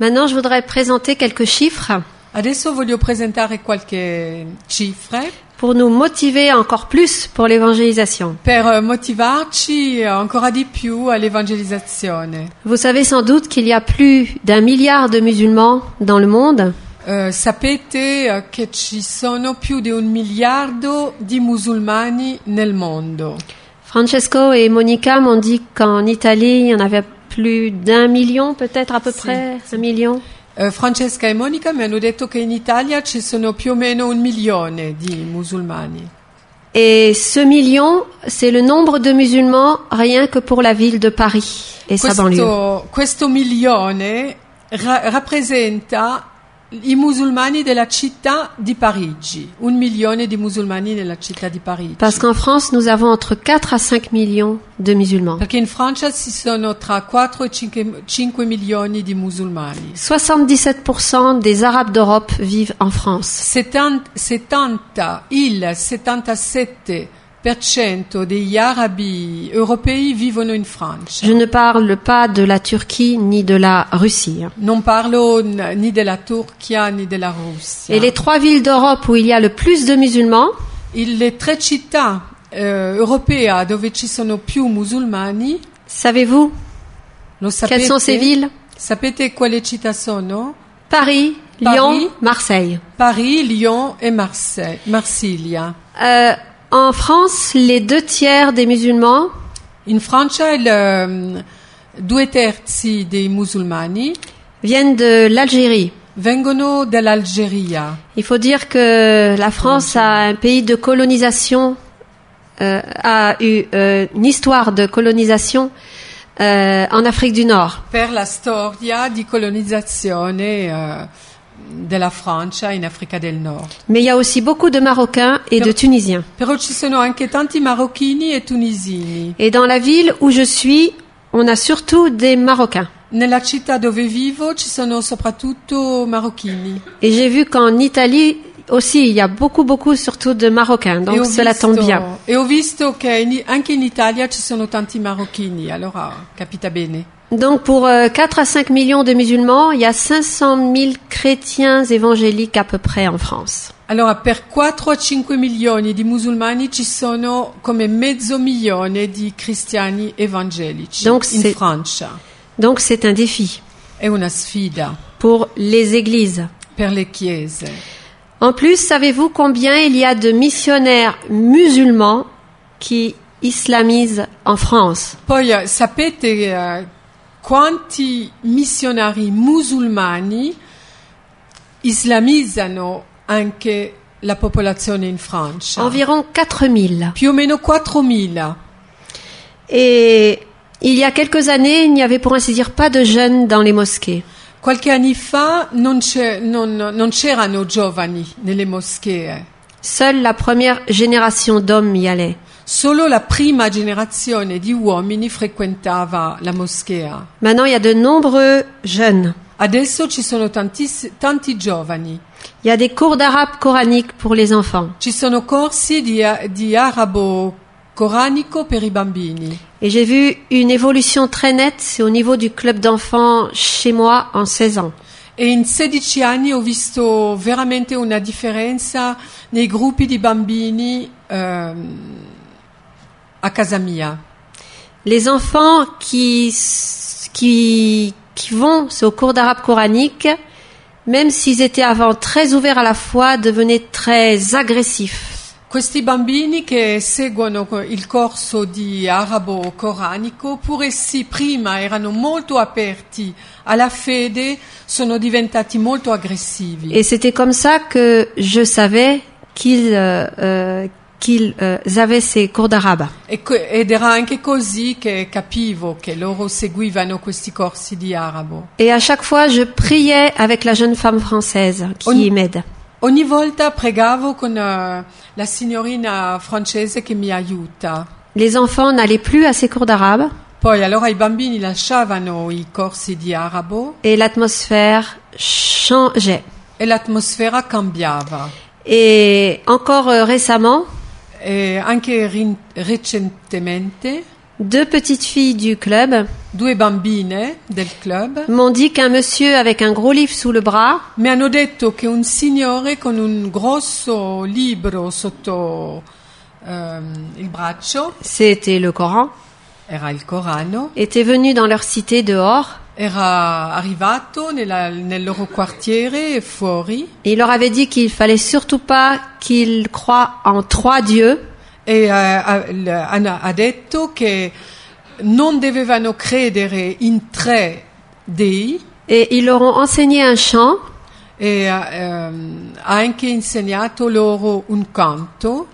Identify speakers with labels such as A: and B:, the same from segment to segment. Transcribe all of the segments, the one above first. A: Maintenant, je voudrais présenter quelques chiffres
B: Adesso voglio presentare qualche cifre
A: pour nous motiver encore plus pour l'évangélisation.
B: per eh, motivarci eh, ancora di più all'evangelizzazione.
A: Vous savez sans doute qu'il y a plus d'un milliard de musulmans dans le monde
B: Eh, sapete eh, che ci sono più di un miliardo di musulmani nel mondo.
A: Francesco et Monica m'ont dit qu'en Italie, il y en avait plus d'un million, peut-être à peu près un million.
B: Eh, Francesca e Monica mi hanno detto che in Italia ci sono più o meno un milione di musulmani.
A: Et ce million, c'est le nombre de musulmans rien que pour la ville de Paris et sa banlieue.
B: Questo, questo milione ra- rappresenta i musulmani della città di Parigi, un milione di musulmani nella città di Parigi.
A: Parce qu'en France, nous avons entre 4 à 5 millions de musulmans.
B: Perché in Francia ci sono tra 4 e 5, 5 milioni di musulmani.
A: 77% des Arabes d'Europe vivent en France.
B: 70, 70 il 77% degli arabi europei vivono in Francia.
A: Je ne parle pas de la Turquie ni de la Russie.
B: Non parlo n- ni della Turchia né della Russia.
A: Et les trois villes d'Europe où il y a le plus de musulmans,
B: Il- le tre città eh, europee dove ci sono più musulmani,
A: savez-vous
B: lo sapete?
A: quelles sont ces villes
B: Sapete quali città sono?
A: Paris,
B: Paris.
A: Lyon, Marseille.
B: Paris, Lyon e Marse- Marsiglia.
A: Euh, en France, les deux tiers des musulmans
B: In Francia il, ehm, due terzi dei musulmani
A: viennent de l'Algérie.
B: vengono dall'Algeria.
A: Il faut dire que la France a un pays de colonisation, euh, a eu euh, une histoire de colonisation euh, en Afrique du Nord.
B: Per la storia di colonizzazione eh, della Francia in Africa del Nord.
A: Mais il y a aussi beaucoup de Marocains et de Tunisiens.
B: Però ci sono anche tanti marocchini e tunisini.
A: Et dans la ville où je suis, on a surtout des Marocains.
B: Nella città dove vivo ci sono soprattutto marocchini.
A: Et j'ai vu qu'en Italie aussi, il y a beaucoup, beaucoup, surtout de Marocains.
B: e, ho
A: Donc cela
B: visto,
A: tombe bien.
B: e ho visto che in- anche in Italia ci sono tanti marocchini, allora capita bene.
A: Donc pour euh, 4 à 5 millions de musulmans, il y a 500 000 chrétiens évangéliques à peu près en France.
B: Allora, per 4 a 5 milioni di musulmani ci sono come mezzo milione di cristiani evangelici
A: Donc,
B: in
A: c'est-
B: Francia.
A: Donc c'est un défi
B: È una sfida
A: pour les églises.
B: per le chiese.
A: En plus, savez-vous combien il y a de missionnaires musulmans qui islamisent en France
B: Poi eh, sapete eh, quanti missionari musulmani islamizzano anche la popolazione in Francia?
A: Environ 4 000.
B: Più o meno 4.000.
A: Et il y a quelques années, il n'y avait pour ainsi dire pas de jeunes dans les mosquées.
B: Qualche anni fa non c'è- non- non c'erano giovani nelle moschee.
A: Seule la première génération d'hommes y allait.
B: Solo la prima generazione di uomini frequentava la moschea.
A: Maintenant, il y a de nombreux jeunes.
B: Adesso ci sono tantiss- tanti giovani.
A: Il y a des cours d'arabe coranique pour les enfants.
B: Ci sono corsi di, a- di arabo coranico per i bambini.
A: Et j'ai vu une évolution très nette, c'est au niveau du club d'enfants chez moi en 16 ans.
B: E in 16 anni ho visto veramente una differenza nei gruppi di bambini ehm, a casa mia.
A: Les enfants qui, s- qui, qui vont au cours d'arabe coranique, même s'ils étaient avant très ouverts à la foi, devenaient très agressifs.
B: Questi bambini che seguono co- il corso di arabo coranico, pur essi prima erano molto aperti alla fede, sono diventati molto aggressivi.
A: Et c'était comme ça que je savais qu'ils euh, euh, qu'ils, euh, avaient ces cours d'arabe.
B: E que- ed era anche così che capivo che loro seguivano questi corsi di arabo.
A: Et à chaque fois, je priais avec la jeune femme française qui
B: On-
A: m'aide.
B: Ogni volta pregavo con eh, la signorina francese che mi aiuta.
A: Les enfants n'allaient plus à ces cours d'arabe
B: Poi allora i bambini lasciavano i corsi di arabo
A: et l'atmosphère changeait.
B: e l'atmosfera cambiava.
A: Et encore euh, récemment,
B: E anche rin- recentemente
A: Deux petites filles du club
B: Due bambine del club
A: m'ont dit qu'un monsieur avec un gros livre sous le bras
B: mi hanno detto che un signore con un grosso libro sotto ehm, il braccio,
A: c'était le Coran,
B: era il Corano,
A: était venu dans leur cité dehors
B: era arrivato nella- nel loro quartiere fuori
A: et il leur avait dit qu'il fallait surtout pas qu'ils croient en trois dieux,
B: e eh, ha, l- hanno- ha detto che non dovevano credere in tre dei
A: et ils leur ont enseigné un chant
B: e ha ehm, ha anche insegnato loro un canto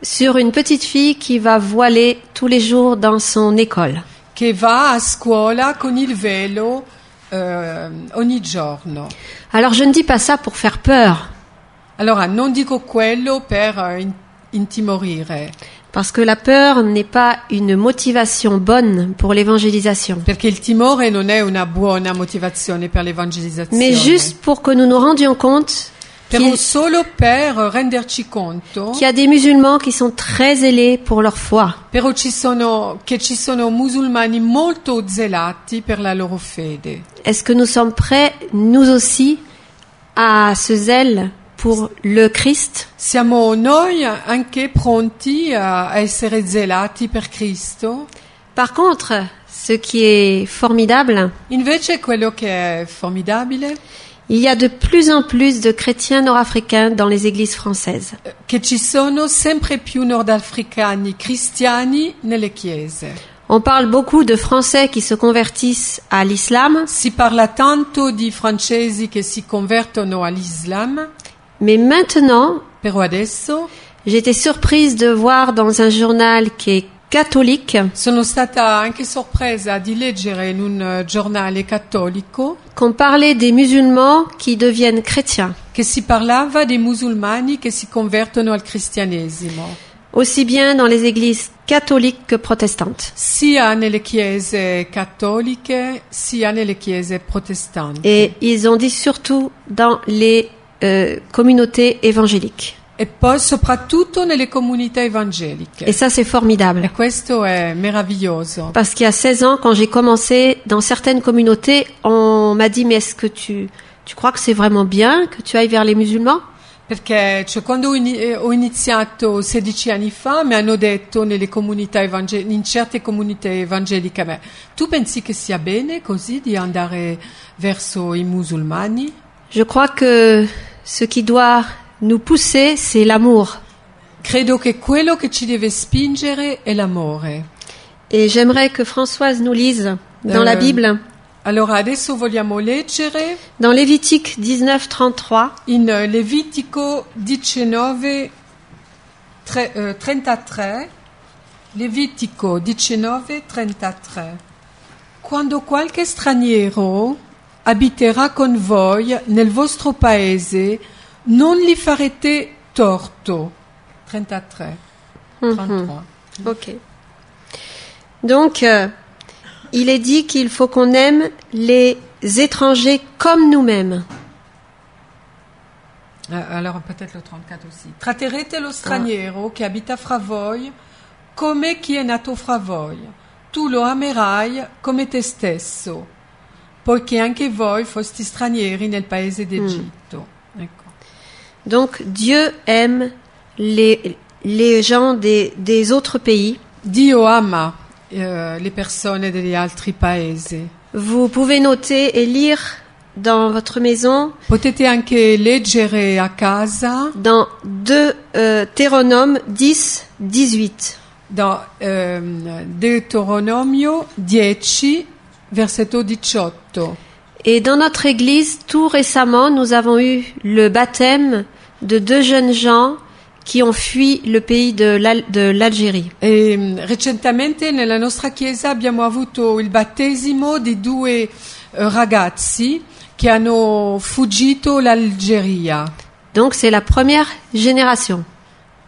A: sur une petite fille qui va voiler tous les jours dans son école.
B: che va a scuola con il velo ehm, ogni giorno.
A: Alors je ne dis pas ça pour faire peur,
B: Allora, non dico quello per eh, in- intimorire,
A: parce que la peur n'est pas une motivation bonne pour l'évangélisation,
B: perché il timore non è una buona motivazione per l'evangelizzazione,
A: mais juste pour que nous nous rendions compte
B: per
A: qu'il
B: un solo per renderci conto
A: qu'il y a des musulmans qui sont très zélés pour leur foi.
B: però ci sono, che ci sono musulmani molto zelati per la loro fede.
A: Est-ce que nous sommes prêts, nous aussi, à ce zèle pour le Christ
B: Siamo noi anche pronti a a essere zelati per Cristo?
A: Par contre, ce qui est formidable,
B: Invece quello che è formidabile
A: il y a de plus en plus de chrétiens nord-africains dans les églises françaises.
B: è che ci sono sempre più nordafricani cristiani nelle chiese.
A: On parle beaucoup de Français qui se convertissent à l'islam,
B: Si parla tanto di francesi che si convertono all'Islam,
A: mais maintenant,
B: però adesso
A: j'étais surprise de voir dans un journal qui est catholique
B: sono stata anche sorpresa di leggere in un eh, giornale cattolico
A: qu'on parlait des musulmans qui deviennent chrétiens.
B: che si parlava dei musulmani che si convertono al cristianesimo,
A: aussi bien dans les églises catholiques que protestantes.
B: sia nelle chiese cattoliche sia nelle chiese protestanti.
A: Et ils ont dit surtout dans les euh, communautés évangéliques.
B: E poi soprattutto nelle comunità evangeliche.
A: Et ça, c'est formidable.
B: E questo è meraviglioso,
A: Parce qu'il y a 16 ans, quand j'ai commencé, dans certaines communautés, on m'a dit, mais est-ce que tu, tu crois que c'est vraiment bien que tu ailles vers les musulmans
B: perché cioè, quando ho ini- eh, ho iniziato 16 anni fa mi hanno detto nelle comunità evangel- in certe comunità evangeliche, "Ma tu pensi che sia bene così di andare verso i musulmani?
A: Je crois que ce qui doit nous pousser, c'est l'amour.
B: Credo che quello che ci deve spingere è l'amore.
A: Et j'aimerais que Françoise nous lise dans
B: Euh,
A: la Bible,
B: Allora adesso vogliamo leggere
A: dans Lévitique 19, 33.
B: in eh, Levitico 19, tre- eh, 33, Levitico 19, 33. Quando qualche straniero abiterà con voi nel vostro paese, non gli farete torto. 33, 33.
A: Hmm. Ok. Donc, euh, il est dit qu'il faut qu'on aime les étrangers comme nous-mêmes.
B: Euh, alors peut-être le 34 aussi. Traterete lo straniero che abita fra voi come chi è nato fra voi. Tu lo amerai come te stesso, poiché anche voi fosti stranieri nel paese d'Egitto. Ecco.
A: Donc, Dieu aime les, les gens des, des autres pays.
B: Dio ama eh, le persone degli altri paesi.
A: Vous pouvez noter et lire dans votre maison,
B: Potete anche leggere a casa
A: dans 2 euh, Théronome 10, 18.
B: da ehm, Deuteronomio 10, versetto 18.
A: Et dans notre église, tout récemment, nous avons eu le baptême de deux jeunes gens qui ont fui le pays de l'Al- de l'Algérie.
B: E, mh, Ehm, recentemente nella nostra chiesa abbiamo avuto il battesimo di due eh, ragazzi che hanno fuggito l'Algeria
A: Donc c'est la première génération.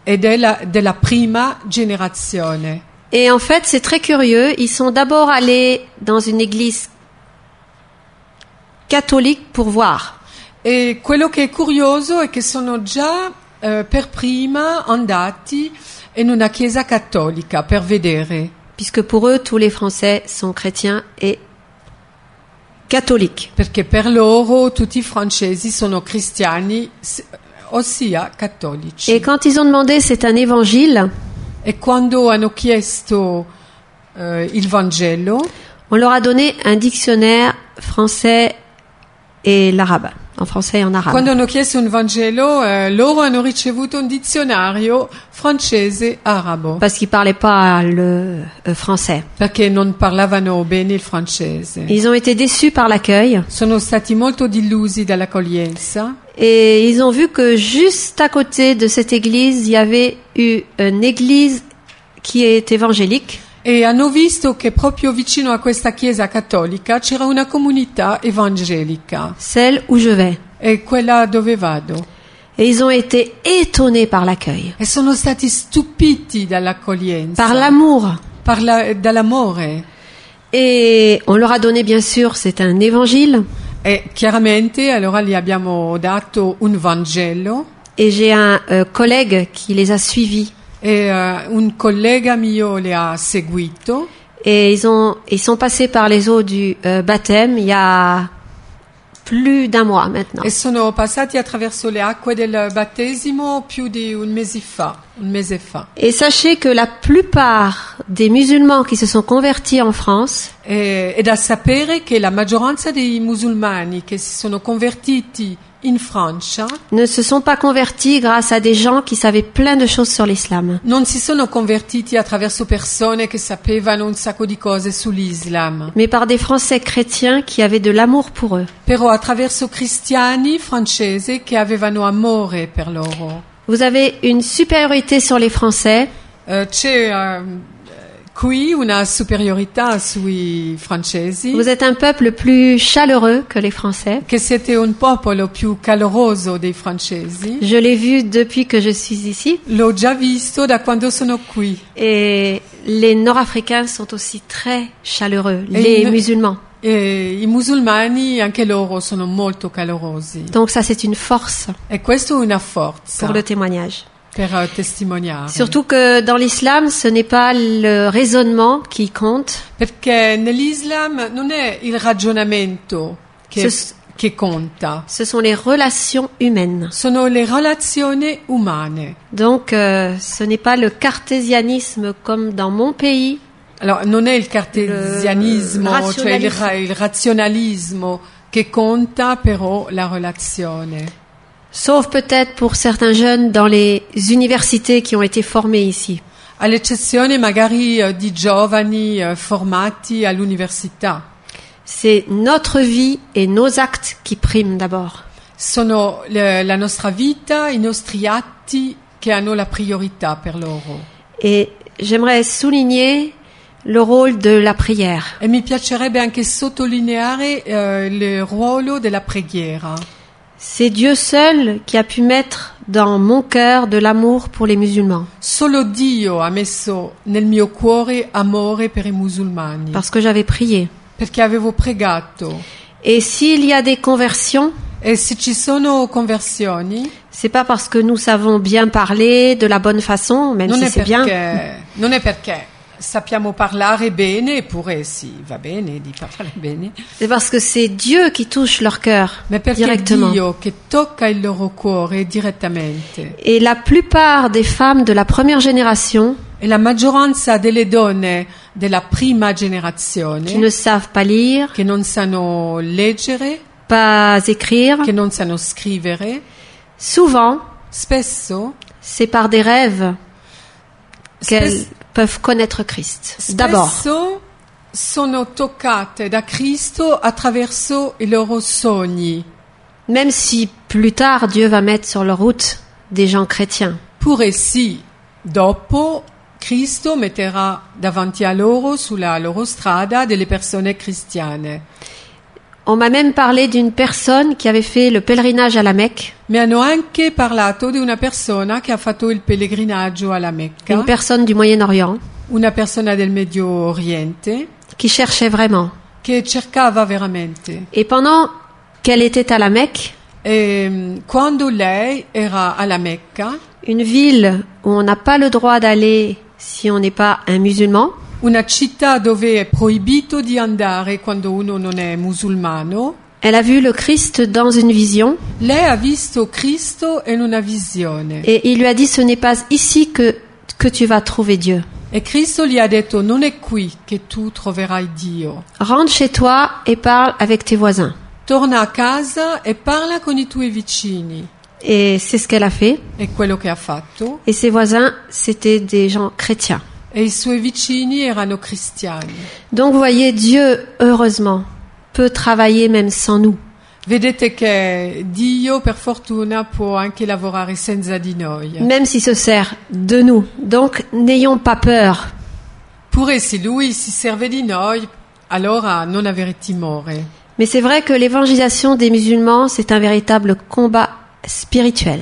B: ed è la- della prima generazione.
A: Et en fait, c'est très curieux. Ils sont d'abord allés dans une église catholique pour voir.
B: E quello che è curioso è che sono già eh, per prima andati in una chiesa cattolica per vedere.
A: puisque pour eux tous les Français sont chrétiens et catholiques.
B: perché per loro tutti i francesi sono cristiani, s- ossia cattolici.
A: Et quand ils ont demandé c'est un évangile,
B: E quando hanno chiesto eh, il Vangelo,
A: on leur a donné un dictionnaire français et l'arabe, en français et en arabe.
B: quando hanno chiesto un Vangelo, eh, loro hanno ricevuto un dizionario francese-arabo,
A: Parce qu'ils parlaient pas le euh, français.
B: perché non parlavano bene il francese.
A: Ils ont été déçus par l'accueil
B: Sono stati molto delusi dall'accoglienza
A: et ils ont vu que juste à côté de cette église, il y avait eu une église qui est évangélique
B: e hanno visto che proprio vicino a questa chiesa cattolica c'era una comunità evangelica,
A: celle où je vais.
B: è quella dove vado.
A: Et ils ont été étonnés par l'accueil,
B: E sono stati stupiti
A: par
B: dall'accoglienza,
A: l'amour.
B: par la- dall'amore.
A: Et on leur a donné, bien sûr, c'est un évangile.
B: E chiaramente allora gli abbiamo dato un Vangelo
A: Et j'ai un euh, collègue qui les a suivis.
B: e eh, un collega mio le ha seguito
A: Et ils ont, ils sont passés par les eaux du euh, baptême il y a plus d'un mois maintenant.
B: e sono passati attraverso le acque del battesimo più di un mese fa, un mese fa.
A: Et sachez que la plupart des musulmans qui se sont convertis en France
B: E, è da sapere che la maggioranza dei musulmani che si sono convertiti in Francia
A: ne se sont pas convertis grâce à des gens qui savaient plein de choses sur l'islam.
B: non si sono convertiti attraverso persone che sapevano un sacco di cose sull'Islam,
A: mais par des Français chrétiens qui avaient de l'amour pour eux.
B: però attraverso cristiani francesi che avevano amore per loro.
A: Vous avez une supériorité sur les Français
B: Eh, c'è ehm, qui una superiorità sui francesi,
A: Vous êtes un peuple plus chaleureux que les Français.
B: che siete un popolo più caloroso dei francesi.
A: Je l'ai vu depuis que je suis ici.
B: L'ho già visto da quando sono qui.
A: Et les Nord-Africains sont aussi très chaleureux,
B: Et
A: les
B: une-
A: musulmans.
B: E I musulmani anche loro sono molto calorosi
A: Donc ça, c'est une force
B: e questo è una forza
A: pour le témoignage.
B: per eh, testimoniare.
A: Surtout que dans l'islam, ce n'est pas le raisonnement qui compte,
B: Perché nell'Islam non è il ragionamento che,
A: Ce-
B: che conta,
A: ce sont les relations humaines.
B: sono le relazioni umane.
A: Donc euh, ce n'est pas le cartésianisme comme dans mon pays
B: Allora, non è il cartesianismo,
A: Il eh,
B: cioè il,
A: razionalismo.
B: ra- il razionalismo che conta, però la relazione.
A: Sauf peut-être pour certains jeunes dans les universités qui ont été formés ici.
B: All'eccezione magari eh, di giovani eh, formati all'università.
A: C'est notre vie et nos actes qui priment d'abord.
B: Sono le- la nostra vita, i nostri atti che hanno la priorità per loro.
A: Et j'aimerais souligner le rôle de la prière.
B: E mi piacerebbe anche sottolineare eh, il ruolo della preghiera.
A: C'est Dieu seul qui a pu mettre dans mon cœur de l'amour pour les musulmans,
B: Solo Dio ha messo nel mio cuore amore per i musulmani,
A: parce que j'avais prié.
B: perché avevo pregato.
A: Et s'il y a des conversions,
B: E se ci sono conversioni,
A: c'est pas parce que nous savons bien parler de la bonne façon, même
B: non
A: si
B: è,
A: c'est bien.
B: perché, non è perché sappiamo parlare bene, eppure sì, va bene di parlare bene,
A: C'est parce que c'est Dieu qui touche leur cœur
B: ma perché è
A: directement.
B: Dio che tocca il loro cuore direttamente.
A: Et la plupart des femmes de la première génération
B: E la maggioranza delle donne della prima
A: qui
B: generazione
A: ne savent pas lire,
B: che non sanno leggere,
A: pas écrire,
B: che non sanno scrivere,
A: souvent
B: spesso,
A: c'est par des rêves qu'elles
B: spes-
A: peuvent connaître Christ. D'abord,
B: spesso sono toccate da Cristo attraverso i loro sogni,
A: même si plus tard Dieu va mettre sur leur route des gens chrétiens.
B: pure sì, dopo Cristo metterà davanti a loro, sulla loro strada, delle persone cristiane.
A: On m'a même parlé d'une personne qui avait fait le pèlerinage à la Mecque,
B: Mi hanno anche parlato di una persona che ha fatto il pellegrinaggio alla Mecca.
A: une personne du Moyen-Orient,
B: una persona del Medio Oriente
A: qui cherchait vraiment.
B: che cercava veramente.
A: Et pendant qu'elle était à la Mecque,
B: E, mh, Ehm, quando lei era alla Mecca,
A: Une ville où on n'a pas le droit d'aller si on n'est pas un musulman,
B: una città dove è proibito di andare quando uno non è musulmano.
A: Elle a vu le Christ dans une vision
B: Lei ha visto Cristo in una visione
A: et il lui a dit ce n'est pas ici que, que tu vas trouver Dieu.
B: e Cristo gli ha detto non è qui che tu troverai Dio.
A: Rentre chez toi et parle avec tes voisins.
B: Torna a casa e parla con i tuoi vicini.
A: Et c'est ce qu'elle a fait.
B: È quello che ha fatto
A: Et ses voisins, c'était des gens chrétiens.
B: e i suoi vicini erano cristiani.
A: Donc vous voyez, Dieu, heureusement, peut travailler même sans nous.
B: Vedete che Dio per fortuna può anche lavorare senza di noi.
A: même s'il se sert de nous. Donc n'ayons pas peur.
B: Pure se lui si serve di noi, allora non avere timore.
A: Mais c'est vrai que l'évangélisation des musulmans, c'est un véritable combat spirituel.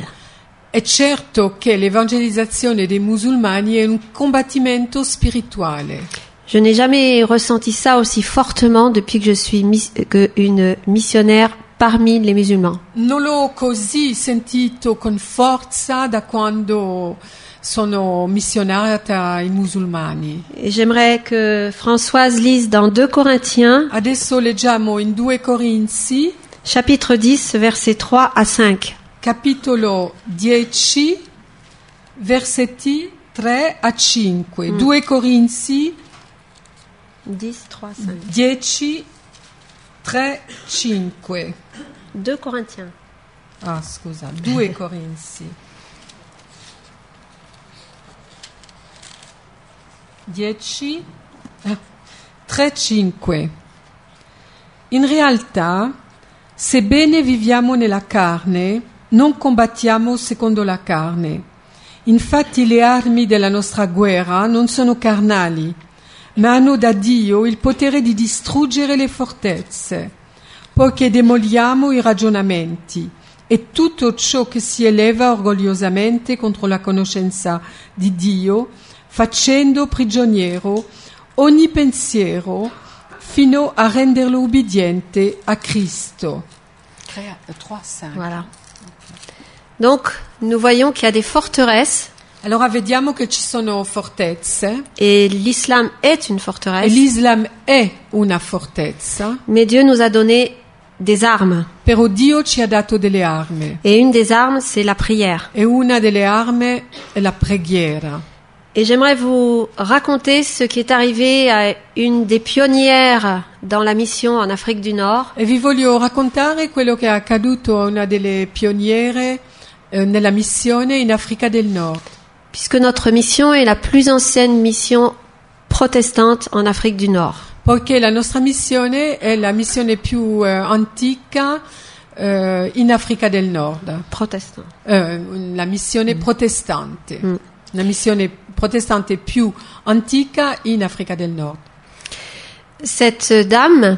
B: È certo che l'evangelizzazione dei musulmani è un combattimento spirituale.
A: Je n'ai jamais ressenti ça aussi fortement depuis que je suis mis- que une missionnaire parmi les musulmans.
B: Non l'ho così sentito con forza da quando sono missionata ai musulmani.
A: Et j'aimerais que Françoise lise dans 2 Corinthiens,
B: Adesso leggiamo in 2 Corinzi,
A: chapitre 10, versets 3 à 5.
B: capitolo 10, versetti 3 a 5. 2 Corinzi
A: 10, 3, 5.
B: 10, 3, 5.
A: 2 Corinthiens.
B: Ah, scusa, 2 Corinzi. 10, eh, 3, 5. In realtà, sebbene viviamo nella carne, non combattiamo secondo la carne. Infatti le armi della nostra guerra non sono carnali, ma hanno da Dio il potere di distruggere le fortezze, poiché demoliamo i ragionamenti e tutto ciò che si eleva orgogliosamente contro la conoscenza di Dio, facendo prigioniero ogni pensiero fino a renderlo ubbidiente a Cristo. 3, 5.
A: Voilà. Donc, nous voyons qu'il y a des forteresses
B: Allora vediamo che ci sono fortezze
A: et l'islam est une
B: e
A: forteresse.
B: l'Islam è una fortezza,
A: Mais Dieu nous a donné des armes.
B: però Dio ci ha dato delle armi
A: Et une des armes, c'est la prière.
B: e una delle armi è la preghiera.
A: Et j'aimerais vous raconter ce qui est arrivé à une des pionnières dans la mission en Afrique du Nord.
B: E vi voglio raccontare quello che è accaduto a una delle pioniere eh, nella missione in Africa del Nord,
A: Puisque notre mission est la plus ancienne mission protestante en Afrique du Nord.
B: poiché la nostra missione è la missione più eh, antica eh, in Africa del Nord.
A: Protestante.
B: Eh, la missione protestante, la missione protestante più antica in Africa del Nord.
A: Cette dame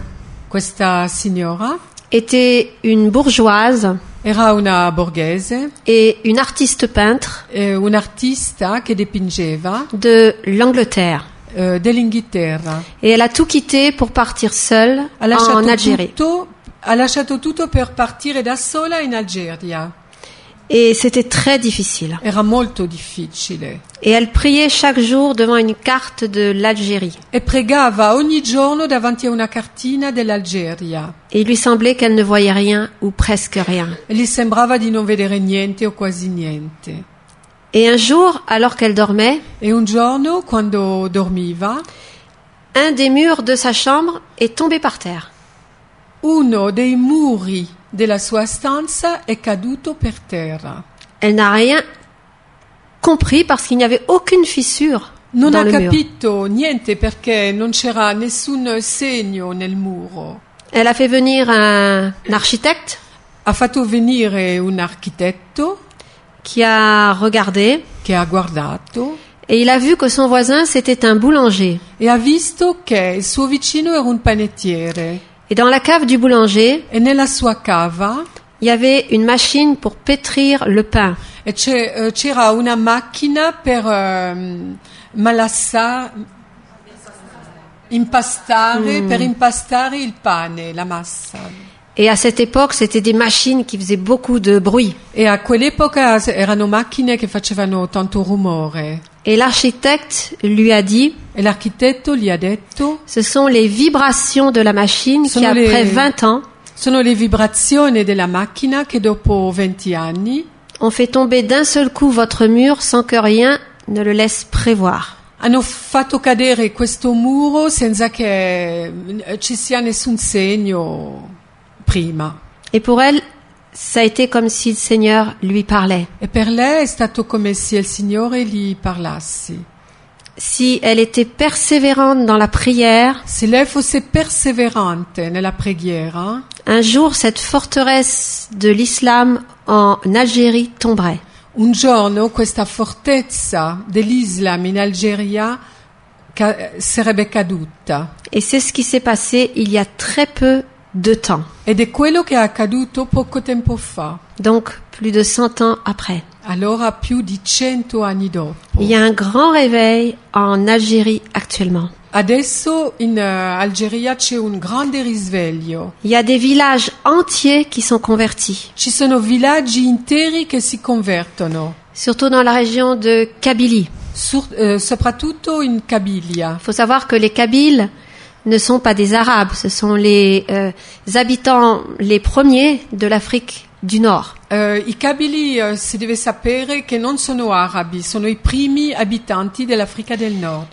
B: Questa signora
A: était une bourgeoise
B: era una borghese,
A: et une artiste peintre
B: eh, un'artista che dipingeva
A: de l'Angleterre.
B: eh, dell'Inghilterra.
A: Et elle a tout quitté pour partir seule
B: Ha lasciato,
A: en Algérie.
B: tutto, ha lasciato tutto per partire da sola in Algeria.
A: Et c'était très difficile.
B: Era molto difficile.
A: Et elle priait chaque jour devant une carte de l'Algérie.
B: E pregava ogni giorno davanti a una cartina dell'Algeria.
A: Et il lui semblait qu'elle ne voyait rien ou presque rien.
B: E gli sembrava di non vedere niente o quasi niente.
A: Et un jour, alors qu'elle dormait,
B: E un giorno, quando dormiva,
A: un des murs de sa chambre est tombé par terre.
B: uno dei muri della sua stanza è caduto per terra.
A: Elle n'a rien compris parce qu'il n'y avait aucune fissure
B: Non
A: dans
B: ha
A: le mur.
B: capito niente perché non c'era nessun segno nel muro.
A: Elle a fait venir un architecte
B: Ha fatto venire un architetto
A: qui a regardé
B: che ha guardato
A: et il a vu que son voisin, c'était un boulanger.
B: e ha visto che il suo vicino era un panettiere
A: Et dans la cave du boulanger,
B: e nella sua cava
A: il y avait une machine pour pétrir le pain.
B: eh, c'è- eh, c'era una macchina per ehm, malassa- impastare, per impastare il pane, la massa.
A: Et à cette époque, c'était des machines qui faisaient beaucoup de bruit.
B: E a quell'epoca s- erano macchine che facevano tanto rumore.
A: Et l'architecte lui a dit,
B: E l'architetto gli ha detto,
A: ce sont les vibrations de la machine qui,
B: Sono le-
A: après 20 ans,
B: sono le vibrazioni della macchina che dopo 20 anni
A: ont fait tomber d'un seul coup votre mur sans que rien ne le laisse prévoir.
B: hanno fatto cadere questo muro senza che eh, ci sia nessun segno prima.
A: Et pour elle, ça a été comme si le Seigneur lui parlait.
B: E per lei è stato come se il Signore gli parlassi.
A: Si elle était persévérante dans la prière,
B: Se lei fosse perseverante nella preghiera,
A: un jour cette forteresse de l'islam en Algérie tomberait.
B: un giorno questa fortezza dell'Islam in Algeria ca- sarebbe caduta.
A: Et c'est ce qui s'est passé il y a très peu de temps.
B: Ed è quello che è accaduto poco tempo fa,
A: Donc, plus de 100 ans après.
B: allora più di cento anni dopo.
A: Il y a un grand réveil en Algérie actuellement.
B: Adesso in eh, Algeria c'è un grande risveglio.
A: Il y a des villages entiers qui sont convertis,
B: Ci sono villaggi interi che si convertono,
A: surtout dans la région de Kabylie.
B: sur- eh, soprattutto in Kabylia.
A: Il faut savoir que les Kabyles ne sont pas des Arabes, ce sont les euh, habitants les premiers de l'Afrique du Nord.
B: Eh, I Kabili eh, si deve sapere che non sono arabi, sono i primi abitanti dell'Africa del Nord.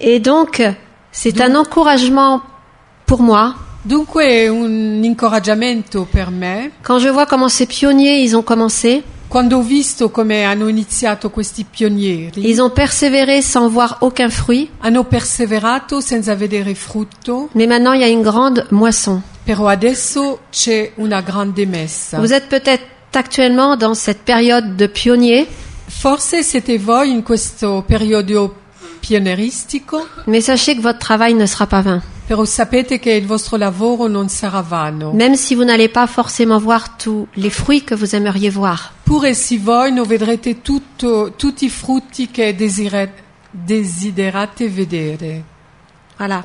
A: Et donc, c'est un encouragement pour moi.
B: Dunque è un incoraggiamento per me.
A: Quand je vois comment ces pionniers, ils ont commencé,
B: Quando ho visto come hanno iniziato questi pionieri,
A: ils ont persévéré sans voir aucun fruit,
B: hanno perseverato senza vedere frutto,
A: mais maintenant il y a une grande moisson.
B: però adesso c'è una grande messa.
A: Vous êtes peut-être actuellement dans cette période de pionniers,
B: Forse siete voi in questo periodo pionieristico,
A: mais sachez que votre travail ne sera pas vain.
B: però sapete che il vostro lavoro non sarà vano.
A: Même si vous n'allez pas forcément voir tous les fruits que vous aimeriez voir.
B: Pure se voi non vedrete tutto- tutti i frutti che desire- desiderate vedere.
A: Voilà.